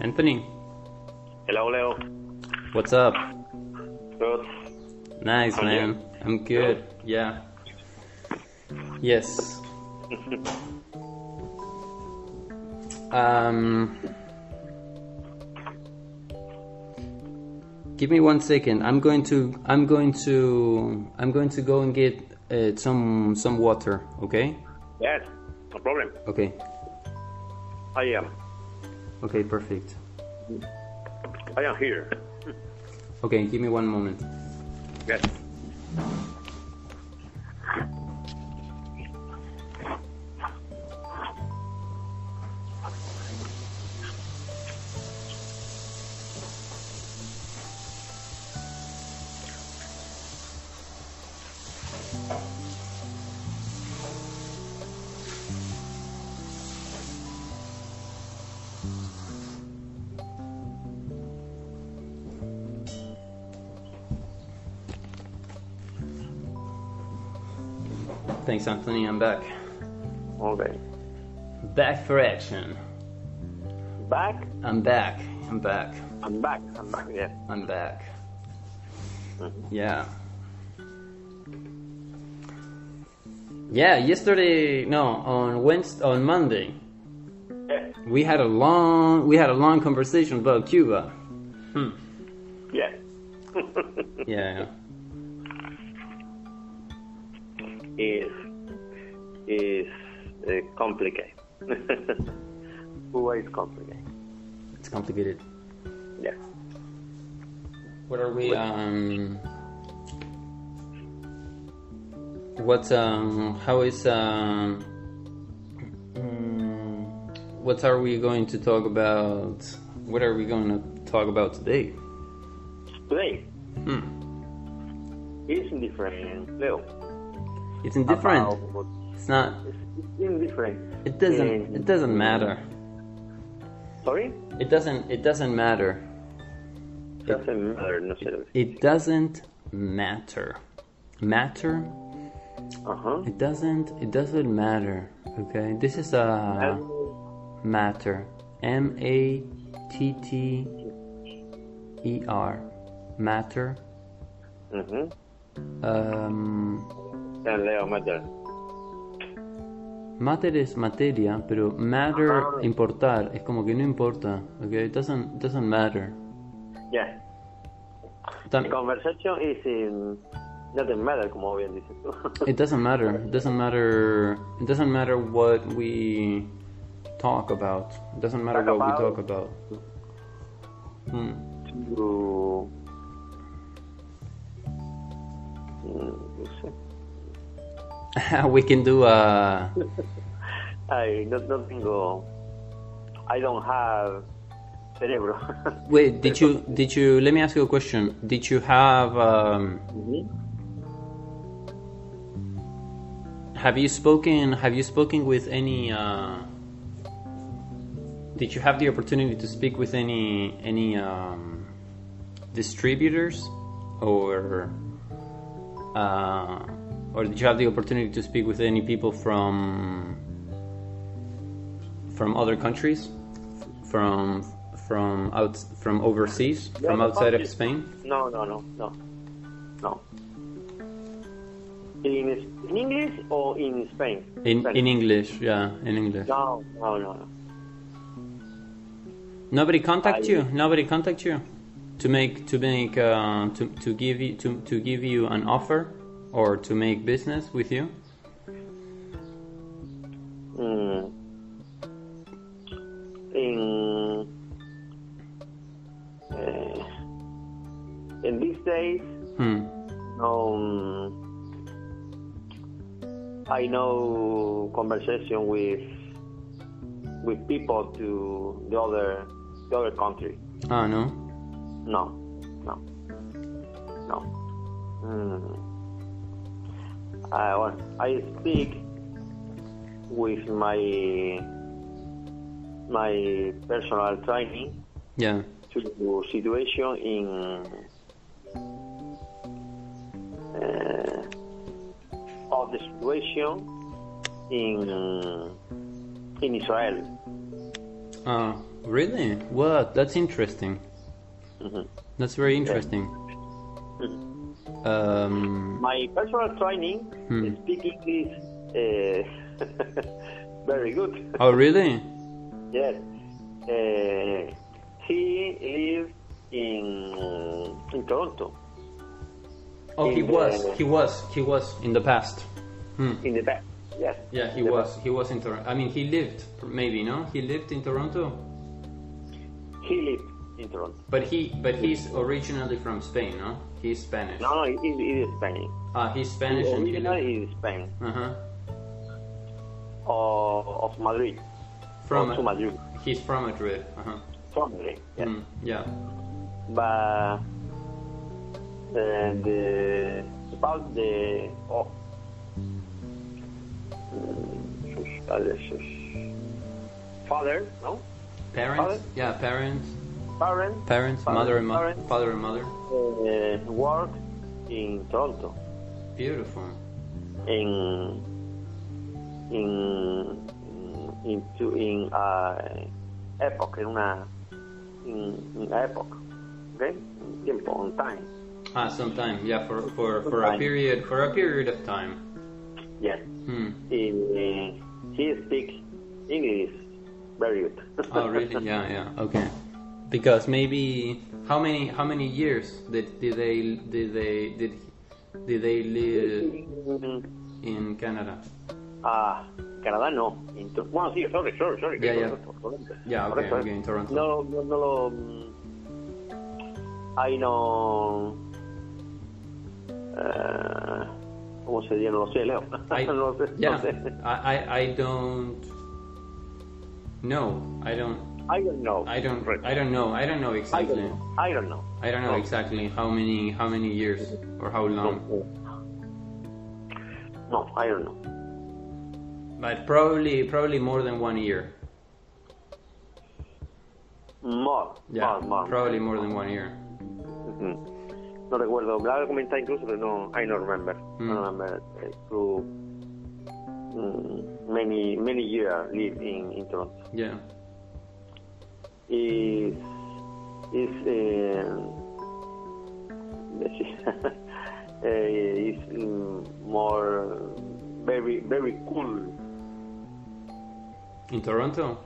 Anthony. Hello, Leo. What's up? Good. Nice, How are man. you? I'm good. Yeah. Yes. um. Give me one second. I'm going to. I'm going to. I'm going to go and get uh, some some water. Okay. Yes, no problem. Okay. I am. Okay. Perfect. I am here. Okay. Give me one moment. Yes. Thanks, Anthony. I'm back. Okay. Back for action. Back. I'm back. I'm back. I'm back. I'm back. Yes. I'm back. Yeah. Yeah, yesterday, no, on Wednesday, on Monday, Yes. we had a long we had a long conversation about Cuba. Yes. Yeah. Is is uh, complicated. Always complicated. It's complicated. Yes. What are we um What's um how is um mm, what are we going to talk about? What are we going to talk about today? Today Hmm. is different, Leo. It's indifferent. About- It's not. It's indifferent. It doesn't. And- It doesn't matter. Sorry. It doesn't. It doesn't matter. Doesn't matter. No sé. It doesn't matter. Matter. Uh huh. It doesn't. It doesn't matter. Okay. This is a matter. M A T T E R. Matter. Mhm. Um, And Leo matter. matter es materia, pero matter importar es como que no importa. Okay. It doesn't. It doesn't matter. Yes. Tam- The conversation is in doesn't matter como bien dices tú. It doesn't matter. It doesn't matter. It doesn't matter what we talk about. It doesn't matter Talk what we about. talk about. Hmm. To- Mm, no sé. we can do uh, a. I no, no tengo I don't have cerebro. Wait, did you did you? Let me ask you a question. Did you have um, have you spoken have you spoken with any? Uh, did you have the opportunity to speak with any any um, distributors or uh, or did you have the opportunity to speak with any people from from other countries from from out from overseas from Yeah, outside of countries. Spain No, no, no, no. No. In, in English or in Spain? in Spanish. in English yeah in English No, no, no, no. nobody contact I- you nobody contact you to make to make uh, to, to give you to, to give you an offer or to make business with you Mm. In eh, in these days, hmm. um, I know conversation with with people to the other the other country. oh no No, no, no. Mm. I want- I speak with my my personal training yeah to situation in uh, of the situation in in Israel. oh Really? What? That's interesting. Mm-hmm. Mhm. That's very interesting. Um, My personal training Hmm. speaking is uh, very good. oh, really? Yes. Uh, he lives in in Toronto Oh, he In the- was. He was. He was in the past. Hmm. in the back. Yes. Yeah, he The was. He was in Toronto. I mean, he lived, maybe, no? He lived in Toronto, back. He lives in Toronto. but he, but he's originally from Spain, no? He's Spanish. No, no, he, he is Spanish. Ah, he's Spanish Oh, and he lived. Originally, he is Spanish Uh huh. Oh, or of Madrid. From or to Madrid. he's from Madrid. Uh huh. From Madrid. Yes. Mm, yeah. but and uh, about the oh, sus- uh, sus- father, no, Parents. Father? Yeah, parents. parent, Parents. Father, mother and mother. parents. Father and mother. uh, work in Toronto Beautiful. in in in to- in uh, epoch in una in, in epoch, okay, in tiempo, in time, Ah, sometime. Yeah, for for for a Sometime. period for a period of time. yes. Hmm. he, eh, he speaks English very good. Oh, really? Yeah, yeah. Okay. Because maybe how many how many years did did they did they did did they live in Canada? Ah, Canadá no. En Tor- Bueno, sí, sorry, sorry, sorry. Ya, ya. Correcto, correcto. Ya, ok, Correcto, ok, eh. en Toronto. No, no, no lo... mm, Ahí no... eh, ¿Cómo se diría? No lo sé, Leo. I, no lo sé, no yeah. sé. I, I I don't. No, I don't. I don't know. I don't. Correcto. I don't know. I don't know I don't exactly. know. I don't know. I don't know exactly how many how many years or how long. No, I don't know. But probably probably more than one year. More, Yeah, more, more. probably more than one year. Ujú. Mm. No recuerdo, me la había comentado incluso, pero no, I don't remember. Mm. I don't remember. eh, through, mm, many, many years live in, in Toronto. Yeah. Is, is, eh, let's see. Eh, is mm, more, very, very cool. In Toronto,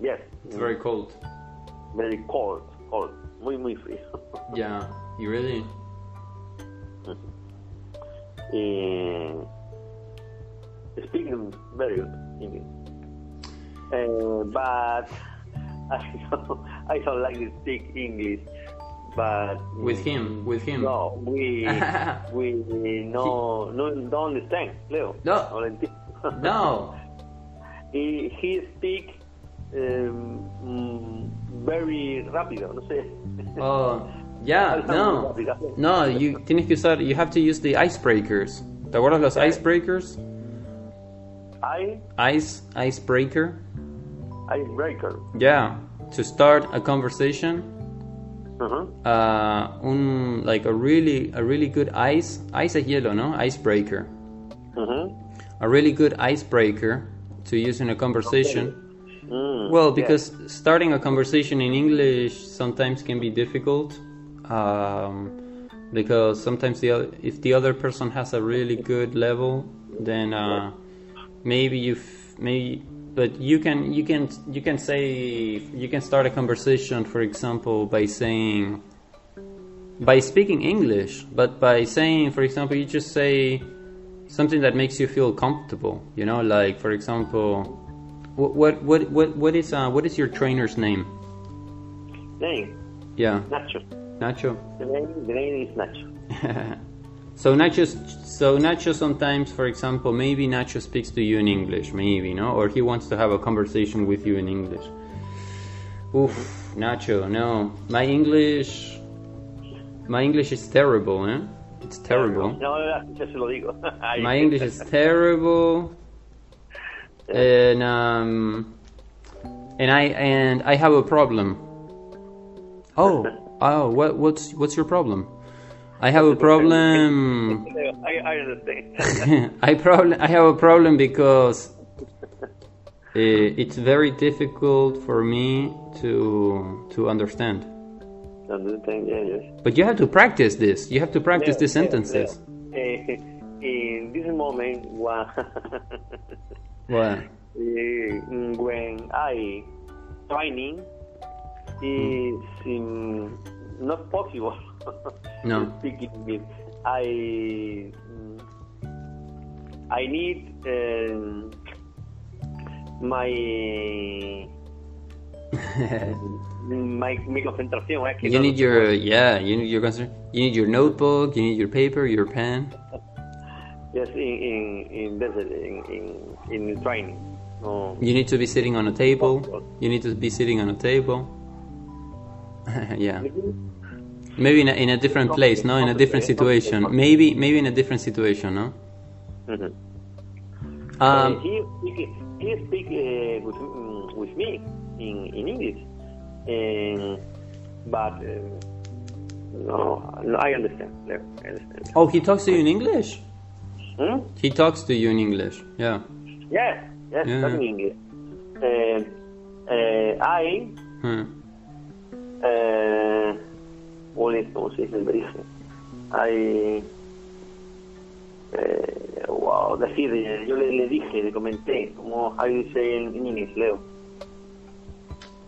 Yes, it's very cold. very cold, cold, muy, muy frío. Yeah, you really? Eh, speaking very good English. Uh, but I don't, I don't like to speak English. But With him, with him. no, we we no no don't understand, Leo. No. lo entiendo. No. he he speak um, mm, very rápido, no sé. Oh, yeah, no. No, you tienes que usar, you have to use the icebreakers. ¿Te acuerdas los icebreakers? I Ice, icebreaker. I breaker. Yeah, to start a conversation. Uh-huh. uh, un like a really a really good ice ice es hielo, no? Icebreaker. Uh-huh. A really good icebreaker to use in a conversation. Mm, Well, yes. because starting a conversation in English sometimes can be difficult. Um, because sometimes the oth- if the other person has a really good level, then uh, maybe you f- maybe but you can you can you can say you can start a conversation, for example, by saying by speaking English, but by saying, for example, you just say something that makes you feel comfortable. You know, like for example, what what what what, what is uh, what is your trainer's name? Name, Yeah, Nacho. Nacho. The name, the name is Nacho. so Nacho, so Nacho sometimes, for example, maybe Nacho speaks to you in English, maybe no, or he wants to have a conversation with you in English. Oof, Nacho, no, my English, my English is terrible, eh? It's terrible. No, no, yo se lo digo. Ahí. My English is terrible, and um, and I and I have a problem. Oh, oh, what what's what's your problem? I have a problem. I, I understand. I problem. I have a problem because Eh, it's very difficult for me to to understand. Understand? Yeah, yes. But you have to practice this. You have to practice Yeah, these yeah, sentences. yeah. Eh, in this moment, when, Well, when I training Mm. is um, not possible. No. Speaking with I mm, I need um, my my mi concentración. Es que you no- need your yeah. You need your concern. You need your notebook. You need your paper. Your pen. Yes, in in in this, in in, in training. No. You need to be sitting on a table. You need to be sitting on a table. yeah. Maybe in a, in a different place, no? In a different situation. Maybe maybe in a different situation, no? Mhm. Uh, Um, he speak he speak uh, with mm, with me in in English, and but um, no, no, I understand. No, I understand. oh, he talks to you in English. Hmm? He talks to you in English. Yeah. Yes, yes, Yeah. talking English. Uh, uh, I Hmm. Eh, un entonces el Berizo. Hay. Eh, wow, decir, eh, yo le, le dije, le comenté, como ahí dice en, en inglés, Leo.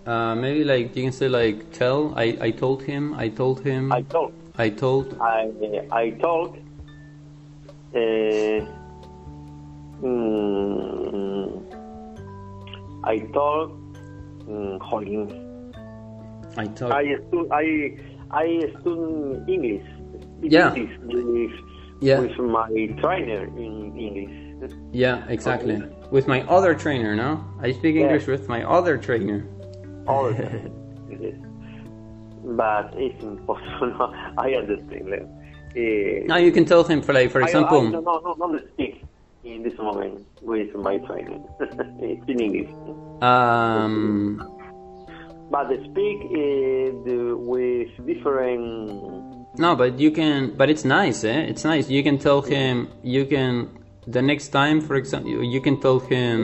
Uh, maybe like you can say like tell. I I told him. I told him. I talk, I told. I, I talk. Eh, mm, I talk. Mm, jolín. I told. I stu- I I stud English. Speak Yeah. English with, Yeah. with my trainer in English. Yeah, exactly. With my other trainer, no? I speak Yeah. English with my other trainer. All the time. Yes. But it's impossible. No, I understand. Leo. Eh, Now you can tell him for like for I- I, no, example. no, no, not speak in this moment with my trainer. it's in English. Um. But they speak eh, the, with different. No, but you can. But it's nice, eh? It's nice. You can tell him. You can the next time, for example, you can tell him.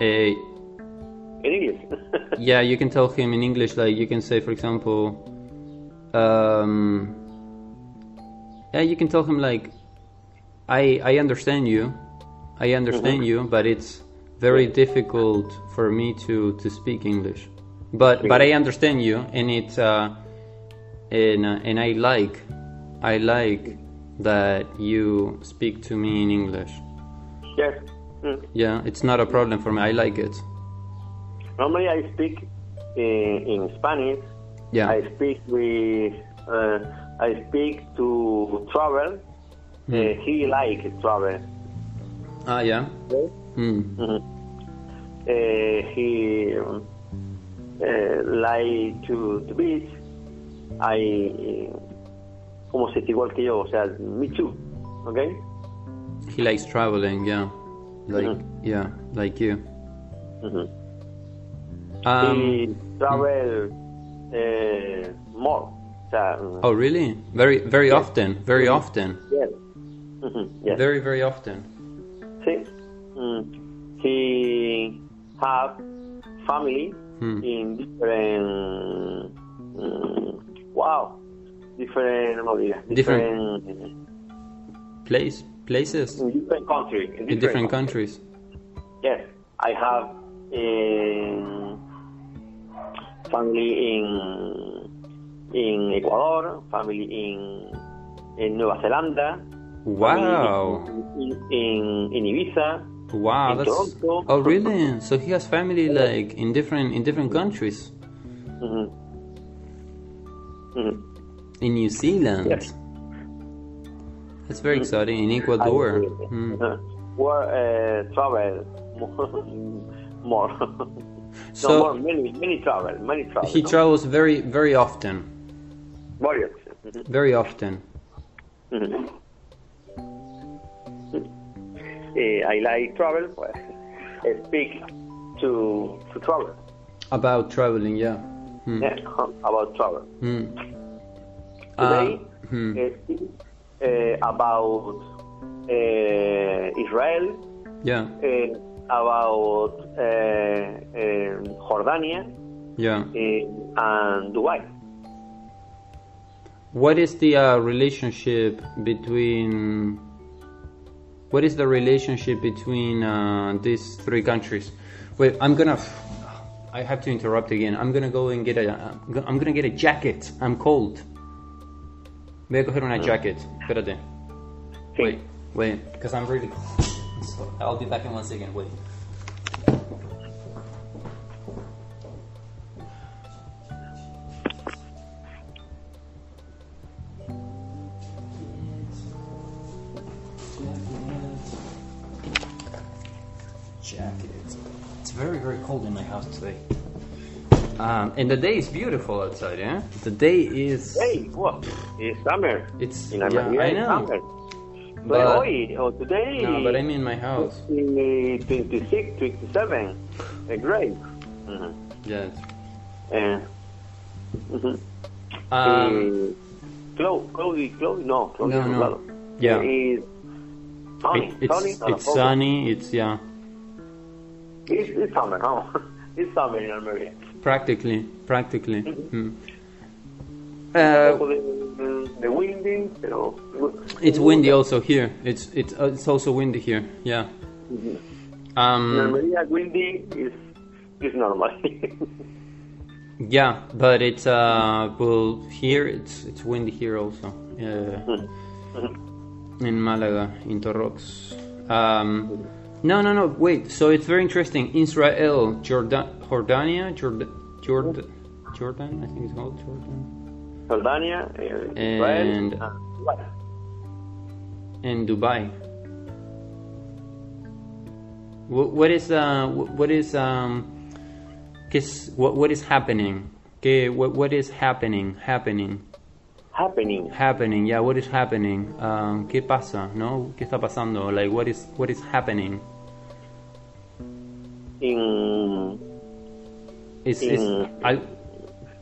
Uh, In English. yeah, you can tell him in English. Like you can say, for example. Um, yeah, you can tell him like, I I understand you, I understand you, but it's very difficult for me to to speak English. But but I understand you, and it's uh, and uh, and I like, I like that you speak to me in English. yes. Mm. Yeah, it's not a problem for me. I like it. Normally I speak in, in Spanish. Yeah. I speak with. Uh, I speak to travel. Eh, he like travel. Mm-hmm. Ah, yeah. Mm. uh, he um, uh, like to the beach. I eh, como se dice igual que yo, o sea, me too, okay? He likes traveling. Yeah, like Mm-hmm. yeah, like you. Mhm. Um. Mm-hmm. he travel eh, more, o sea, mm, Oh, really? Very, very often. Very Mm-hmm. often. yes, Mhm, yes. Very, very often. Sí. Mm. He have family Hmm. in different. mm, wow. Different. no me digas, Different- different Place, places in different country. In different, in different countries. Mm-hmm. Yes, I have um, family in in Ecuador, family in in Nueva Zelanda. Wow. family In, in, in Ibiza. Wow. in That's. Toronto. Oh, really? So he has family like in different in different Mm-hmm. countries. Mhm. Mhm. In New Zealand. Yes. Mm-hmm. That's very exciting. In I- Ecuador. Hmm. uh, Were uh, travel more. more. no, more, So many, many travel, many travel. he no? travels very, very often. Various. Very often. Eh, I like travel. Pues, eh, speak to to travel. About traveling, yeah. Hmm. Yeah, about travel. Hmm. Today, Uh, hmm. eh, speak, eh, about eh, Israel, Yeah. eh, about uh, um, Jordania Yeah. uh, and Dubai. What is the uh, relationship between? What is the relationship between uh, these three countries? Wait, I'm gonna. I have to interrupt again. I'm gonna go and get a. I'm gonna get a jacket. I'm cold. Voy a coger una jacket. Espérate. Sí. Wait, wait, because I'm really cold. So I'll be back in one second. Wait. Jacket. It's very, very cold in my house today. Um, and the day is beautiful outside, yeah? The day is. Hey, what? It's summer. It's. In Yeah, America, I it's know. summer. But, But- hoy, or today, No, but I mean my house. in, uh, 26, 27, uh, great. Mhm. Yes. Uh, mhm. Um, Eh, Clau- Claudi, Claudi, no, Claudi No, no. Colorado. Yeah. Eh, Tony, it- Tony, it's no, it's tampoco. sunny. It's yeah, It's, it's summer, no. It's summer in Almería. practically, practically. Mm-hmm. Mm. Un Uh, poco de, de windy, pero... it's windy also here. It's it's uh, it's also windy here. Yeah. En Um. Almería, windy is, is normal. Yeah, but it's uh. Well, here it's it's windy here also. Uh, in Malaga, in Torrox. Um. No, no, no. Wait. So it's very interesting. Israel, Jordan, Jordania, Jordan, Jordan, Jordan. I think it's called Jordan. Jordania, eh, And- Israel, ah, Dubai. in Dubai. Wh- What is uh, wh- what is um, guess what what is happening? Okay, what what is happening? Happening, Happening. happening. Yeah, what is happening? Um, ¿Qué pasa? No, ¿qué está pasando? Like, what is what is happening? In Is is In- al-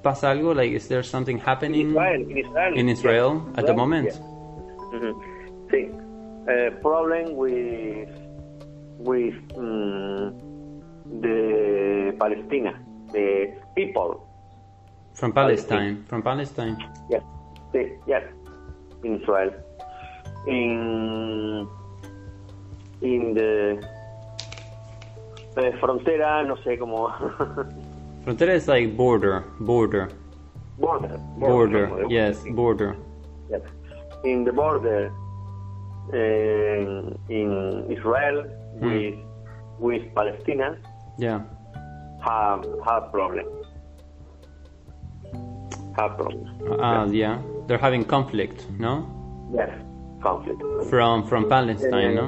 pasa algo? Like, is there something happening Israel, in Israel. in Israel yeah. at the moment? yeah. Mhm. Sí. Uh, problem with with mm, the Palestina, the people. From Palestine, from Palestine. Yes. Sí, yes. In Israel. In in the eh, frontera, no sé cómo Frontera is like border, border, border. border. como de- Yes, border. yes. In the border eh, in Israel Mm. with with Palestine. Yeah. have have problem. Have problem. Uh, yeah, they're having conflict, no? Yes, conflict. From from Palestine, no?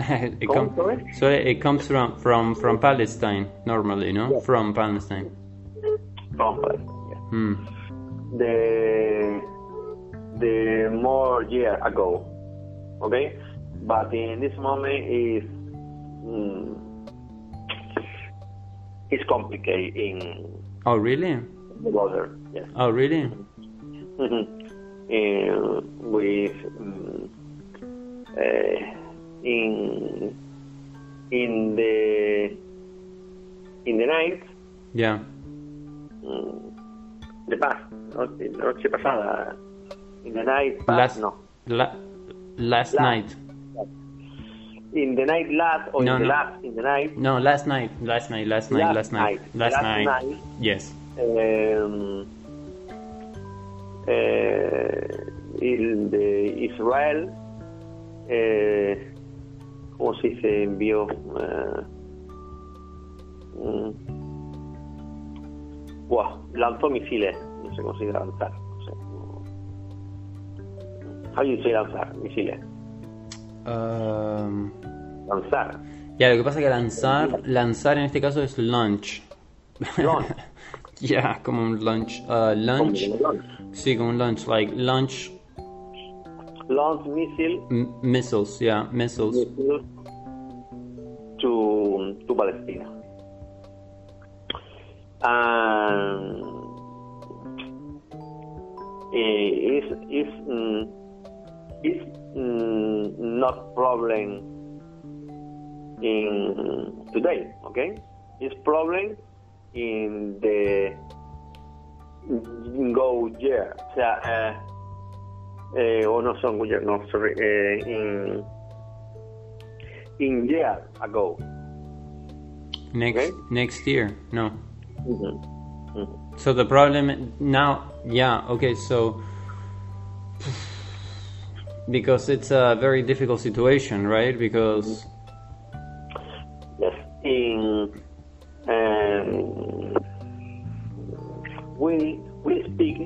it com- Conflict? so it comes from from from Palestine normally, no? Yeah. From Palestine. Conflict. Yes. Hmm. The the more year ago, okay. But in this moment is mm, it's complicated in Oh really? the border. Yes. Oh really? Mhm. Uh, with mm, uh, in in the in the night Yeah. mm, the past noche, noche pasada in the night past, Last no la- last La- night. in the night last or No, in the no. last in the night No, last night. Last night. Last night. Last Last night. night, last night. Yes. um, eh, in the Israel eh, cómo se dice envió eh, mm, buah, lanzó misiles no sé cómo se dice lanzar no sé cómo- how you say lanzar misiles Um, lanzar ya, lo que pasa es que lanzar, lanzar en este caso es launch. Launch. yeah, como un launch. Uh, como launch. launch Sí, como un launch, like launch launch missile m- missiles, yeah, missiles. missile to, to Palestina. Um, eh, it's, it's, mm, it's mm, not problem in today. Okay, it's problem in the in go year. O sea, eh, eh, o no son year, no sorry, eh, in in year ago. Next Okay. next year, no. Mhm. Mhm. So the problem now, yeah, okay, so because it's a very difficult situation, right? Because Yes, in um, we we speak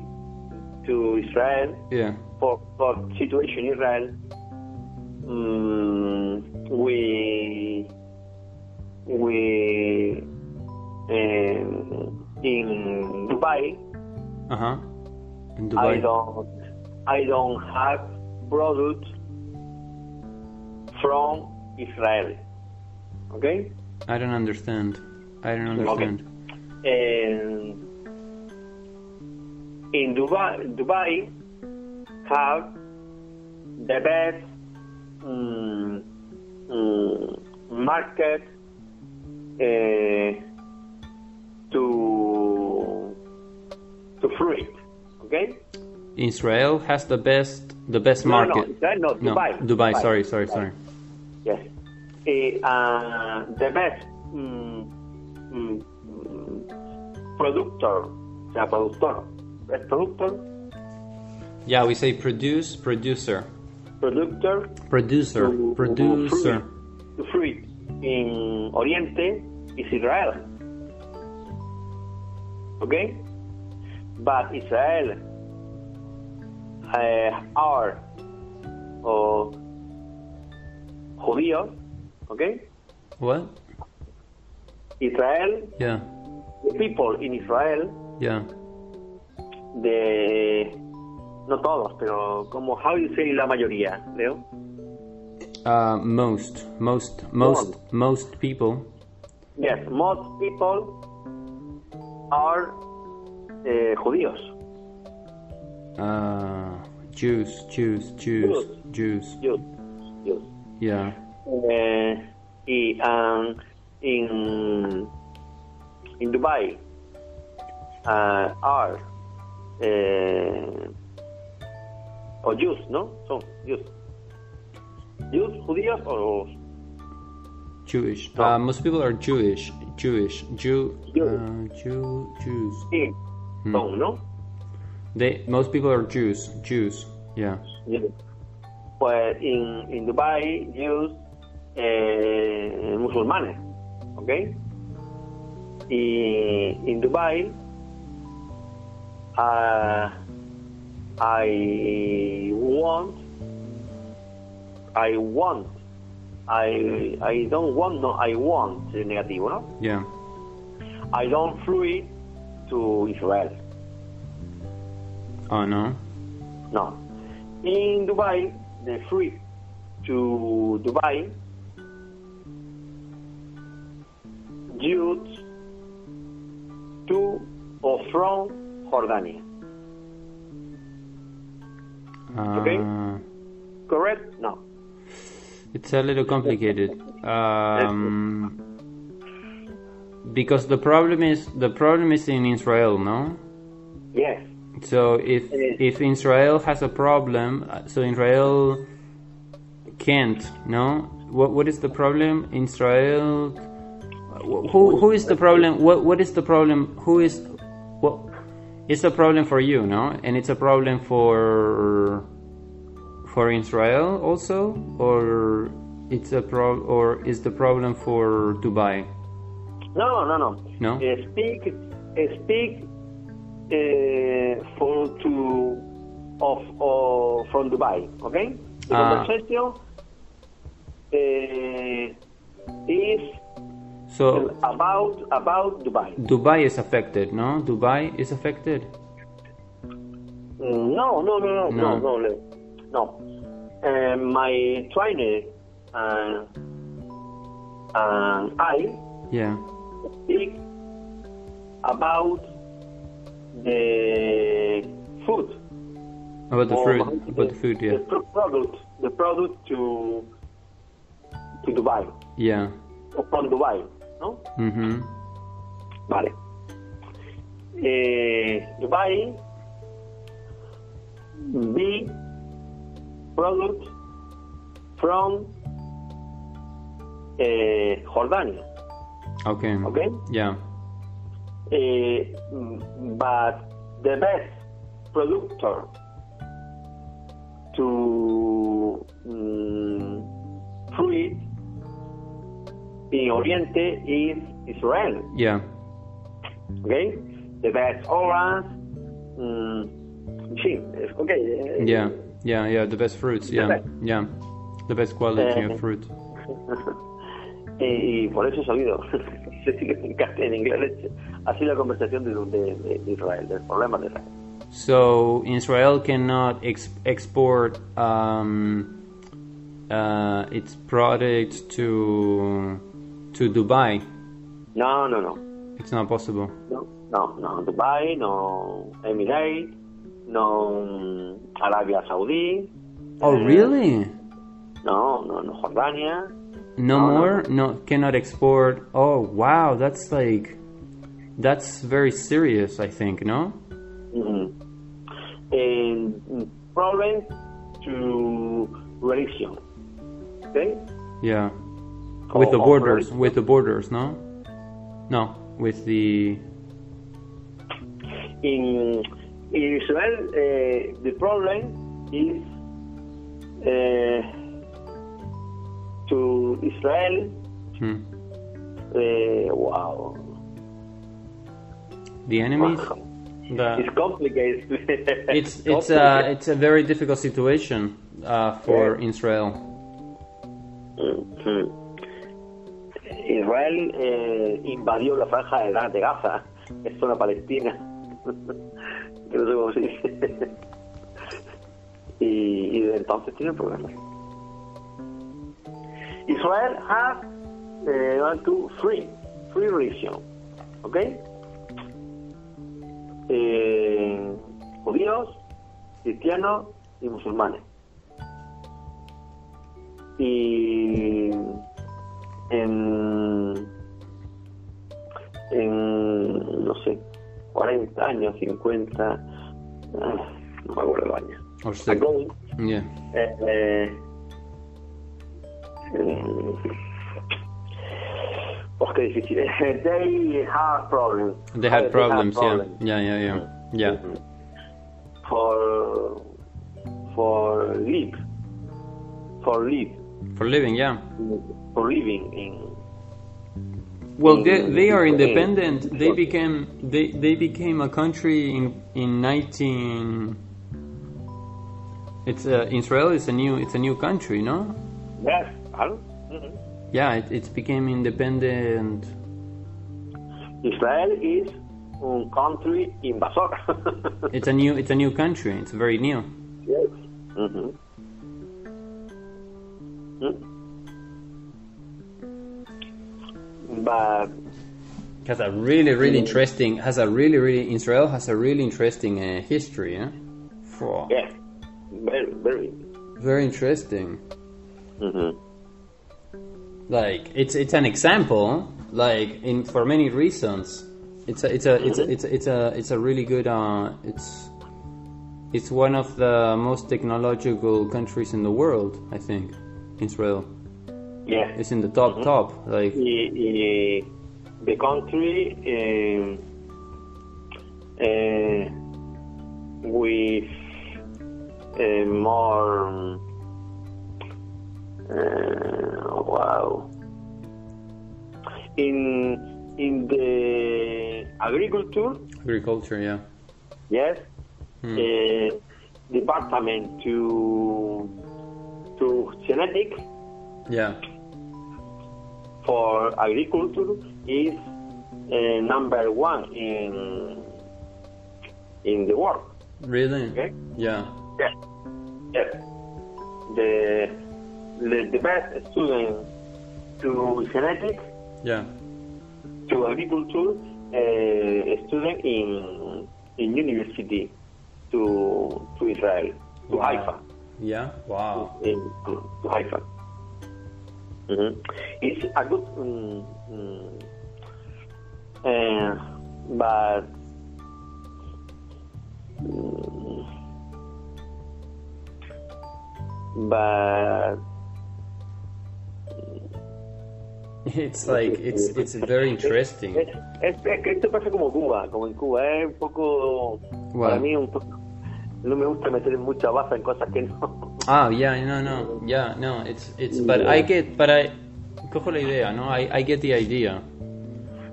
to Israel yeah, for for situation in Israel. Um, we we um, in Dubai. uh huh. In I Dubai, don't I don't have products from Israel. Okay. I don't understand. I don't understand. and in Dubai, Dubai have the best mm, mm, market eh, to to fruit. Okay, Israel has the best the best No, no, market. Israel, no, Dubai. Dubai, Dubai. sorry, sorry, Dubai. sorry. yes, Eh, uh, the best mm, mm, mm, productor, o sea, productor, best productor. Yeah, we say produce, producer, productor producer, to, producer. to fruit in Oriente is Israel. Okay? But Israel uh, are uh, judíos, okay? What? Israel, Yeah, the people in Israel, yeah. the no todos, pero como how you say la mayoría, Leo? Uh, most, most, most, most people. Yes, most people are eh, judíos. Uh, Jews, Jews, Jews, Jews. Jews. Jews. Yeah. Eh, y um, in, in Dubai uh, are eh, o Jews, ¿no? Son Jews. Jews, judíos o Jewish. No. Uh, most people are Jewish. Jewish. Jew. Jew. Uh, Jew. Jews. sí, son, ¿no? They. Most people are Jews. Jews. Yeah. Jews. Pues in, in Dubai, Jews, eh, musulmanes, ¿ok? Y in Dubai, ah, I want, I want, I, I don't want, no, I want, es negativo, ¿no? Yeah. I don't flee to Israel, Oh no. no. In Dubai, the free to Dubai, due to or from Jordania. Uh, Okay. Correct? No. It's a little complicated. Um, because the problem is the problem is in Israel, no? Yes. So if Yes. if Israel has a problem, uh, so Israel can't, no? What what is the problem? Israel. wh- Who who is the problem? What what is the problem? Who is what? It's a problem for you, no? And it's a problem for for Israel also, or it's a pro or is the problem for Dubai? No, no, no. No? Eh, speak, eh, speak eh, for to of or from Dubai. Okay. The Ah. conversation eh, is So about about Dubai. Dubai is affected, no? Dubai is affected. Mm, No, no, no, no, No. no, no, no. no. Uh, my trainer uh, and I Yeah. speak about the food. About the or fruit. about About the food. Yeah. The pro- product, the product to to Dubai. Yeah. o from Dubai, ¿no? hmm Vale. Eh, Dubai B products from eh, Jordania, Okay. Okay. Yeah. Eh, mm, but the best producer to mm, fruit in Oriente is Israel. Yeah. okay? The best orange, mm, sí, es- okay. eh, Yeah. Yeah. Yeah. The best fruits. Yeah. best. Yeah. The best quality Uh, of fruit. Y, y por eso he sabido, Sí, sí, en inglés, así la conversación de, de- de- de Israel, del problema de Israel. So Israel cannot ex- export um, uh, its products to to Dubai. No, no, no, It's not possible. no, no, no, Dubai, no Emirates, no mm, Arabia Saudí. Oh, eh, really? No, no, no, Jordania. No No, no. more? No. cannot export. Oh, wow, that's like that's very serious, I think, no? mm, And mm, problems to religion. Okay? Yeah. Oh, with the oh, borders, very- with the borders, no? No, with the in in Israel uh, the problem is uh, to Israel hmm, uh, wow the enemies. The, it's complicated uh, it's it's a it's a very difficult situation uh, for Israel. Mhm. Israel eh, invadió la franja de, Ga- de Gaza, que es zona palestina. Que no sé cómo se dice. y, y desde entonces tiene problemas. Israel has eh, one, two, three, three religion, ¿ok? Eh, judíos, cristianos y musulmanes y en, en no sé 40 años 50 ah, no me acuerdo los años Or six. ago, Yeah. eh, eh, eh, oh, qué difícil they have problems They had problems, Mm-hmm. yeah. problems. Yeah, yeah, yeah. Yeah. for for live for live For living, yeah. for living in Well, they, in- they are in- independent. in- They became they, they became a country in in nineteen. It's uh, Israel is a new it's a new country, no? Yes, claro. Mhm. Yeah, it, it's became independent. Israel is un country invasor. It's a new it's a new country. It's very new. yes. Mhm. Mm. But Has a really really interesting has a really really Israel has a really interesting uh, history. Yeah, Fro- yes, very, very. very interesting. Mhm. like it's it's an example like in for many reasons it's a it's a it's a, it's a, it's a, it's a really good uh it's it's one of the most technological countries in the world i think israel Yes. it's in the top top like Y- y the country eh, eh, with eh, more mm, eh, wow in in the agriculture agriculture yeah yes Hmm. eh, department to to genetics yeah for agriculture is uh, number one in in the world. really Okay. yeah Yes. Yes. The the, the best student to genetics yeah to agriculture uh, student in in university to to Israel to Wow. Haifa yeah wow in, to Haifa. Mhm. It's a good, mm, mm, uh, but mm, but It's like it's it's very interesting. es, es- es que esto pasa como Cuba, como en Cuba es un poco para Wow. mí un poco no me gusta meter mucha baza en cosas que no. Ah, yeah, no, no, yeah, no. It's it's but I get but I cojo la idea, no? I I get the idea.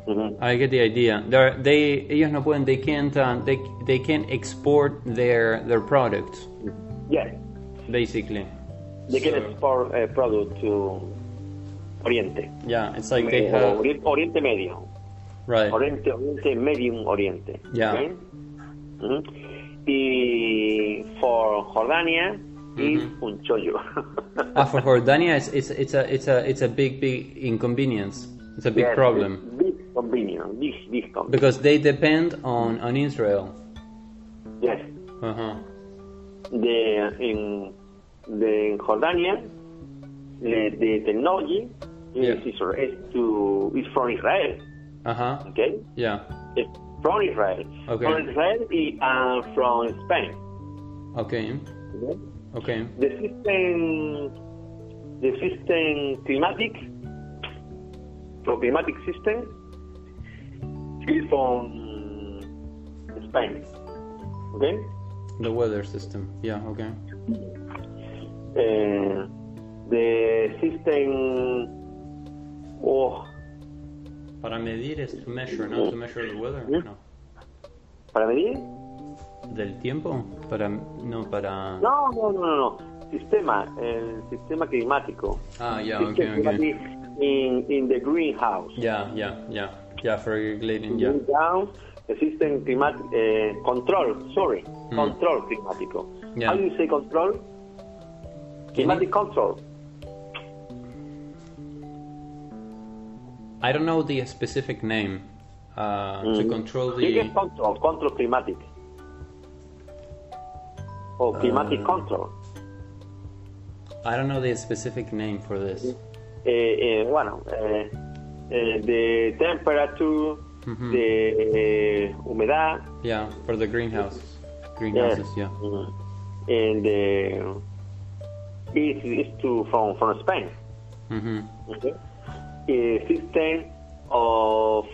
Ujú. I get the idea. They're, they ellos no pueden they can't uh, they they can't export their their product Yeah, basically. they can So, export eh, product to Oriente, yeah, it's like they O have Ori- Oriente Medio. right. Oriente, Oriente, Medium Oriente. Yeah. Okay? Mhm. Y for Jordania es un chollo. Ah, for Jordania, it's, it's it's a it's a it's a big big inconvenience. It's a big Yes, problem Big convenience, big, big convenience. because they depend on on Israel. Yes. Uh huh. The, in, the, in Jordania, the, the technology Yeah. is, Isra- is, to, is from Israel. Uh huh. Okay? Yeah. It's from Israel. Okay. From Israel y- and from Spain. Okay. Okay? Okay. the system the system climatic so climatic system is from Spain okay The weather system. Yeah. Okay. uh, the system oh, Para medir is to measure, no? To measure the weather. No. para medir Del tiempo. Para no para. no no no no, no. sistema el sistema climático Ah, yeah. System Okay. Okay. climatic in in the greenhouse Yeah. Yeah. Yeah. Yeah. For regulating. Yeah. down existen climat- eh, control, sorry, control climático. Yeah. How do you say control? Climatic control. I don't know the specific name. Uh, To control You get the. control, control climatic. Or climatic control. I don't know the specific name for this. Eh, eh, bueno, eh, eh, the temperature, the eh, humedad, Yeah. For the greenhouse. Greenhouses. Yeah. mm, and the is is to from from Spain. Mm-hmm. Okay. A system of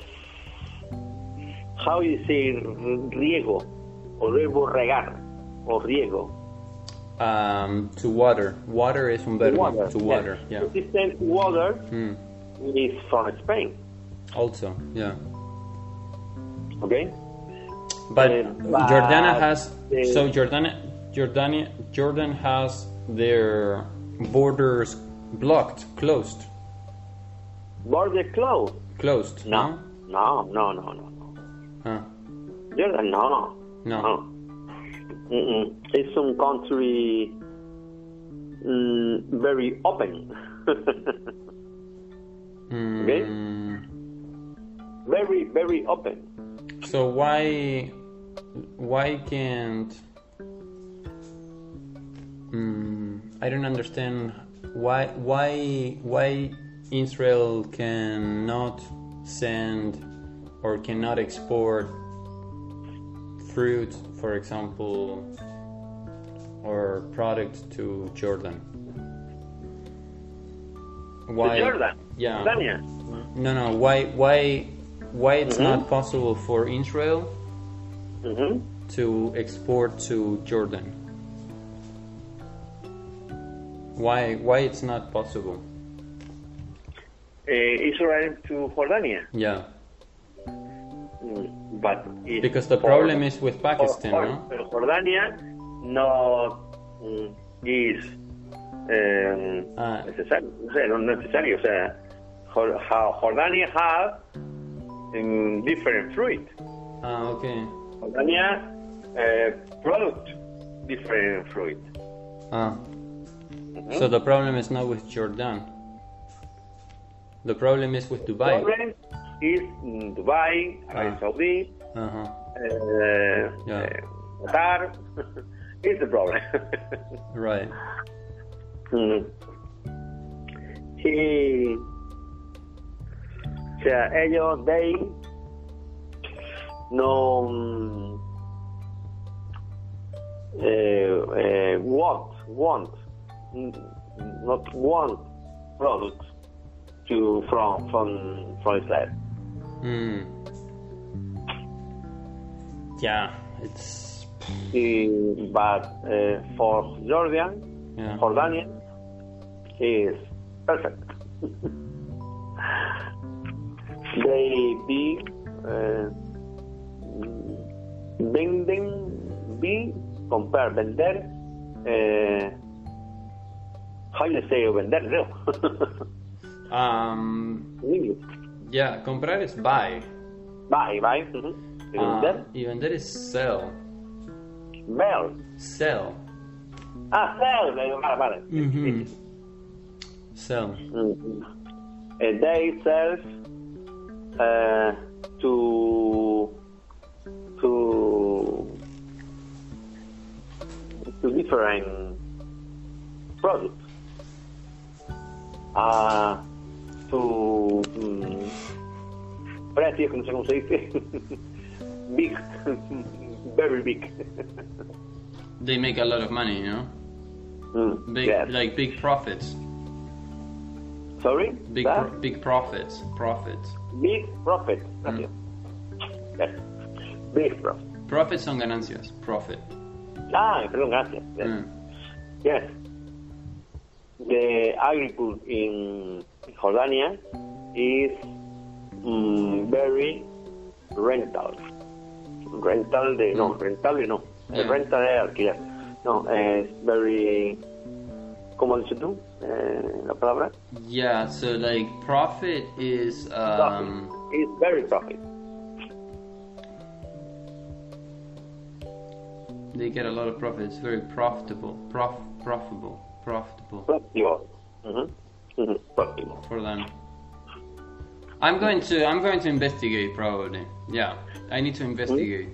how you say riego o verbo regar o riego. Um, to water. Water is un verbo. To water. Yes. Yeah. The system water Mm. is from Spain. Also. Yeah. Okay. But Uh, but Jordana has the- so Jordana, Jordania, Jordan has their borders blocked, closed, Border closed. closed. No. No. No. No. No. no. Huh. Jordan, no. No. Ah. Mm-mm. It's a country mm, very open. Hmm. Okay. Mm, Very, very open. so why why can't? Mm, I don't understand why why why Israel cannot send or cannot export fruit, for example, or product to Jordan? Why? Jordan? Yeah. Dania. No, no. Why? Why? Why it's not possible for Israel Mhm. to export to Jordan? Why? Why it's not possible? Eh, Israel to Jordania. Yeah. Mm, But it's Because the for- problem is with for- Pakistan, for- no? for Jordania no mm, is eh, Ah. necesario, o sea, no es necesario, o sea, Jor- Jo- Jordania have mm, different fruit. Ah, okay. Jordania eh, product different fruit. Ah. So the problem is not with Jordan. The problem is with Dubai. Problem is mm, Dubai, Arabia Ah. Saudí, Uh huh. eh, Yeah. eh, Qatar. It's the problem. Right. Mm. he, o sea, ellos, they, no, mm, eh, eh, want, want, mm, not want products to from from from Israel. Mm. Yeah, it's Eh, but uh, for Jordan, yeah. Jordanian, is perfect. they be uh, venden, be comprar, vender, eh, how you say vender, no? Um, In English. yeah, comprar is buy. Buy, buy, mhm. Uh, vender, y vender is sell. sell. Sell. Ah, sell, vale, vale. Mhm. Sell. Mhm. And they serve uh, to to to different products. Uh, to mm, precios, no sé cómo se dice. big, very big. They make a lot of money, you know? Mm, Big, yes. Like big profits. Sorry? Big, That? pro- big profits. Profits. big profit. Gracias. Mm. Yes. Big profit. Profits son ganancias. Profit. Ah, perdón, gracias. Yes. Mm. Yes. The agriculture in Jordania is mm, very rental. Rental de no, rental de no. Eh, Yeah. Rental de alquiler. No, es very. ¿Cómo dices tú eh, la palabra? Yeah, so like profit is um, profit. It's very profit. they get a lot of profit. It's very profitable. Prof profitable. Profitable Próximo. Mm-hmm. Mhm. Mhm, Próximo. for them. I'm going to I'm going to investigate probably. Yeah. I need to investigate.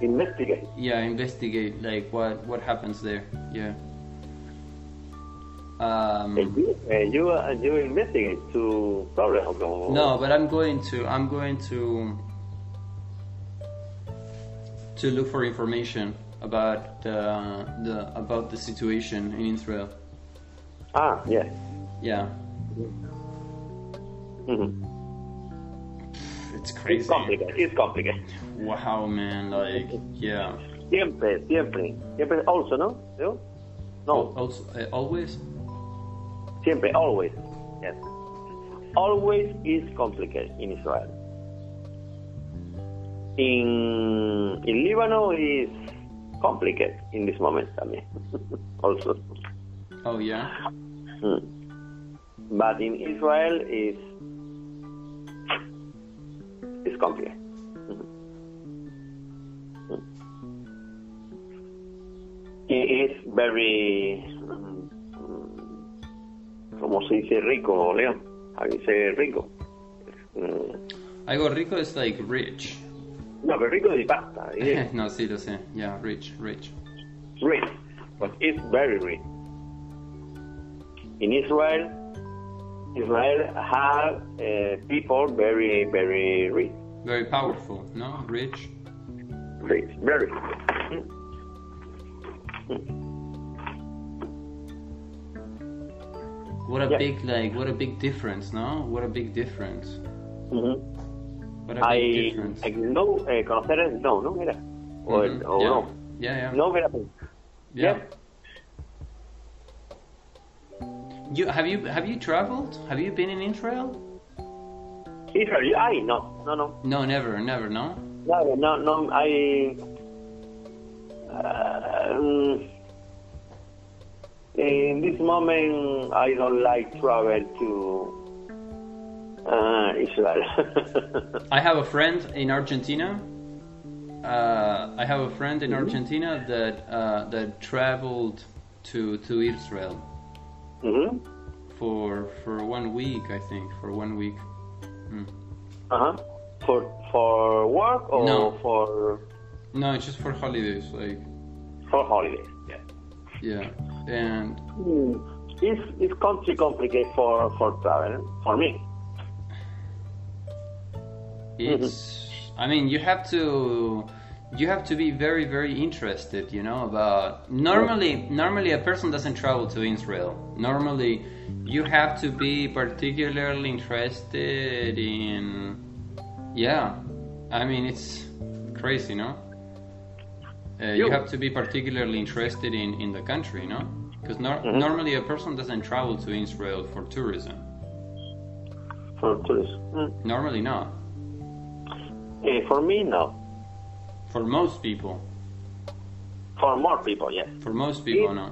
Investigate. yeah investigate like what what happens there yeah um You, uh, you, uh, you investigate to problems. no but i'm going to i'm going to to look for information about uh, the about the situation in israel Ah, yes. yeah Mhm. it's Mm-hmm. It's crazy complicated. It's complicated. wow man like yeah Siempre, siempre. Siempre, also, ¿no? ¿No? No, also, uh, always siempre, always. Yes. Always is complicated in Israel. In, in Lebanon is complicated in this moment, I mean. also. oh yeah Mm. But in Israel is it's complicated. Mhm. Mm. It is very mm, mm, como se dice rico, León. A dice rico. Mm. i go rico is like rich No, pero rico de pasta. It is no sí lo sé yeah rich rich rich, but it's very rich. In Israel, Israel have uh, people very, very rich, very powerful no rich rich, very rich. What a Yeah. big like what a big difference, no? What a big difference. Mhm. What a big I, difference. I know, eh, conocer es no, ¿no? Era. O, el- Mhm. o yeah. no. Yeah, yeah. No, era. yeah. yeah. You have you have you traveled? Have you been in Israel? Israel, ay, no, no, no. No, never, never, no. No, no, no, I. Um, in this moment, I don't like travel to uh, Israel. I have a friend in Argentina. Uh, I have a friend in Argentina that uh, that traveled to to Israel Mhm. for for one week, I think, for one week. Uh-huh. For for work or No. for No, it's just for holidays, like for holidays. Yeah. yeah. And Hmm. it's, it's country complicated for, for travel, for me. It's. I mean, you have to. You have to be very, very interested, you know, about normally normally a person doesn't travel to Israel. Normally you have to be particularly interested in yeah. I mean it's crazy, no? Uh, you Yeah. have to be particularly interested in, in the country, no? Because nor- normally a person doesn't travel to Israel for tourism. For tourism. Mm. Normally not. Eh, for me, no. For most people. For more people, yes. For most people, It- no.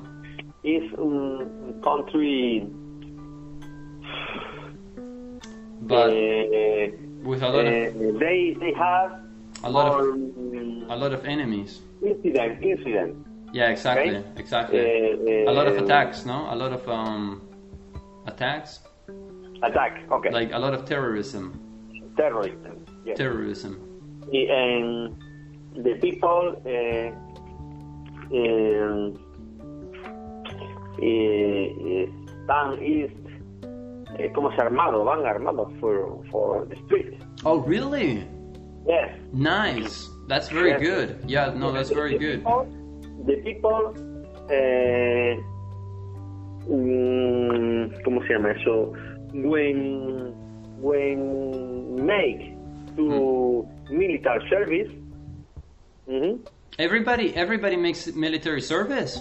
It's um, country But eh, with a lot eh, of they they have a lot of um, a lot of enemies. incident incident. Yeah, exactly, Okay. exactly. Eh, a lot of eh, attacks, no? A lot of um, attacks, Attack. Okay. like a lot of terrorism, terrorism. Yes. terrorism. and the people uh, in eh, están is eh, como se armado van armados for for the street Oh, really? yes Nice. That's very Yeah. good. Yeah, no, that's very the good. people, the people eh, mm, cómo se llama eso when when make to Hmm. military service mhm, Everybody, everybody makes military service.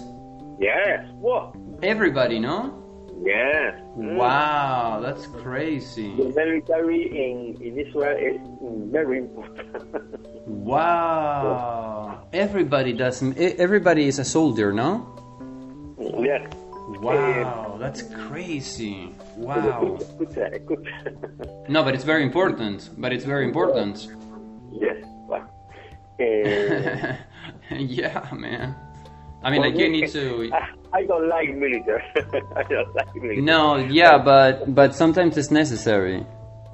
Yes. What? Everybody, no? Yes. Wow, that's The crazy. military in, in Israel is very important. Wow. Everybody does. e- Everybody is a soldier, no? yes. Wow, that's crazy. Wow. Escucha, escucha. No, but it's very important. But it's very important. yes. Wow. Eh, yeah, man. I mean, like you need to. I, I don't like military. I don't like military. No, yeah, but but sometimes it's necessary.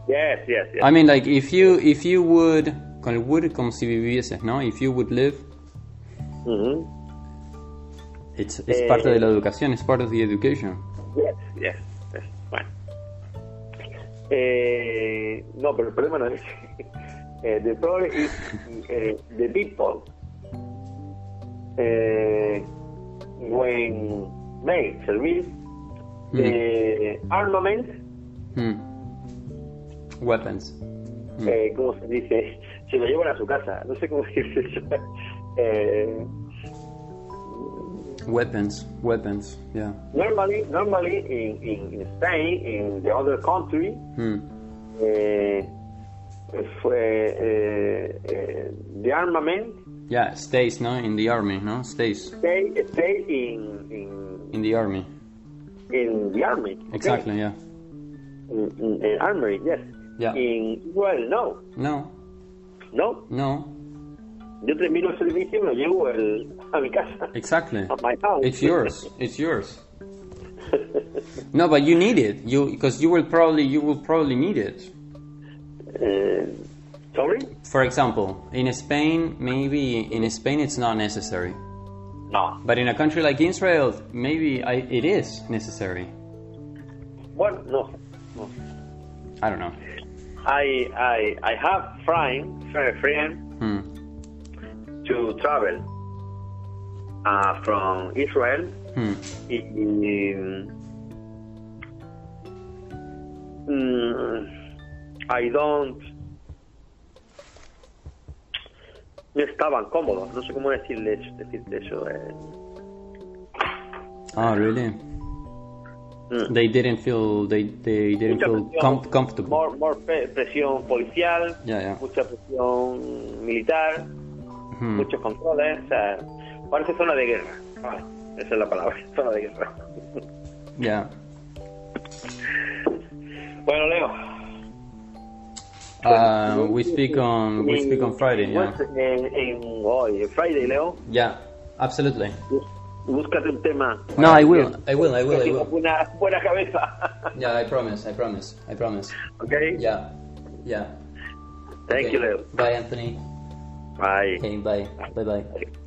Yes, yes, yes. I mean, like if you if you would con el would como si vivieses, no? If you would live, Mhm. it's it's parte de la educación, it's part of the education. Yes, yes, yes. Bueno. Eh, no, pero el problema no es. Eh, the problem is eh, the people. Eh, when they service the Eh, armament, Hmm. Weapons. eh, ¿cómo se dice? Se lo llevan a su casa. No sé cómo se dice eso. Eh, Weapons. Weapons. Yeah. normally, normally in, in, in Spain, in the other country, Hmm. eh, fue eh, eh, the armament Yeah. Stays no in the army. No stays stay stay in in, in the army. in the army okay? Exactly. Yeah. in, in, in armory yes Yeah. in well no No. no No. yo termino el servicio y me lo llevo el, a mi casa Exactly. a my house It's yours. It's yours. No, but you need it. You because you will probably you will probably need it. Eh, sorry For example, in Spain, maybe in Spain it's not necessary, no but in a country like Israel, maybe I, it is necessary. bueno no, no. I don't know. I I I have friend friend friend Hmm. to travel uh, from Israel Hmm. in, mm, I don't no estaban cómodos no sé cómo decirle eso, decirte eso eh. Oh, really? Mm. They didn't feel they they didn't Mucha feel presión, com- comfortable. more- more pe- presión policial Yeah, yeah. mucha presión militar Hmm. muchos controles o sea, parece zona de guerra vale, esa es la palabra zona de guerra Yeah. bueno Leo Uh, we speak on we speak on Friday. Yeah. What's- en, en- hoy en Friday Leo Yeah. Absolutely. Búscate un tema. No, I will. I will. I will. I Que tengas will. una buena cabeza. Yeah, I promise. I promise. I promise. ok. Yeah. Yeah. Thank Okay. you, Leo. Bye, Anthony. Bye. Okay. Bye. Bye. Bye. Okay.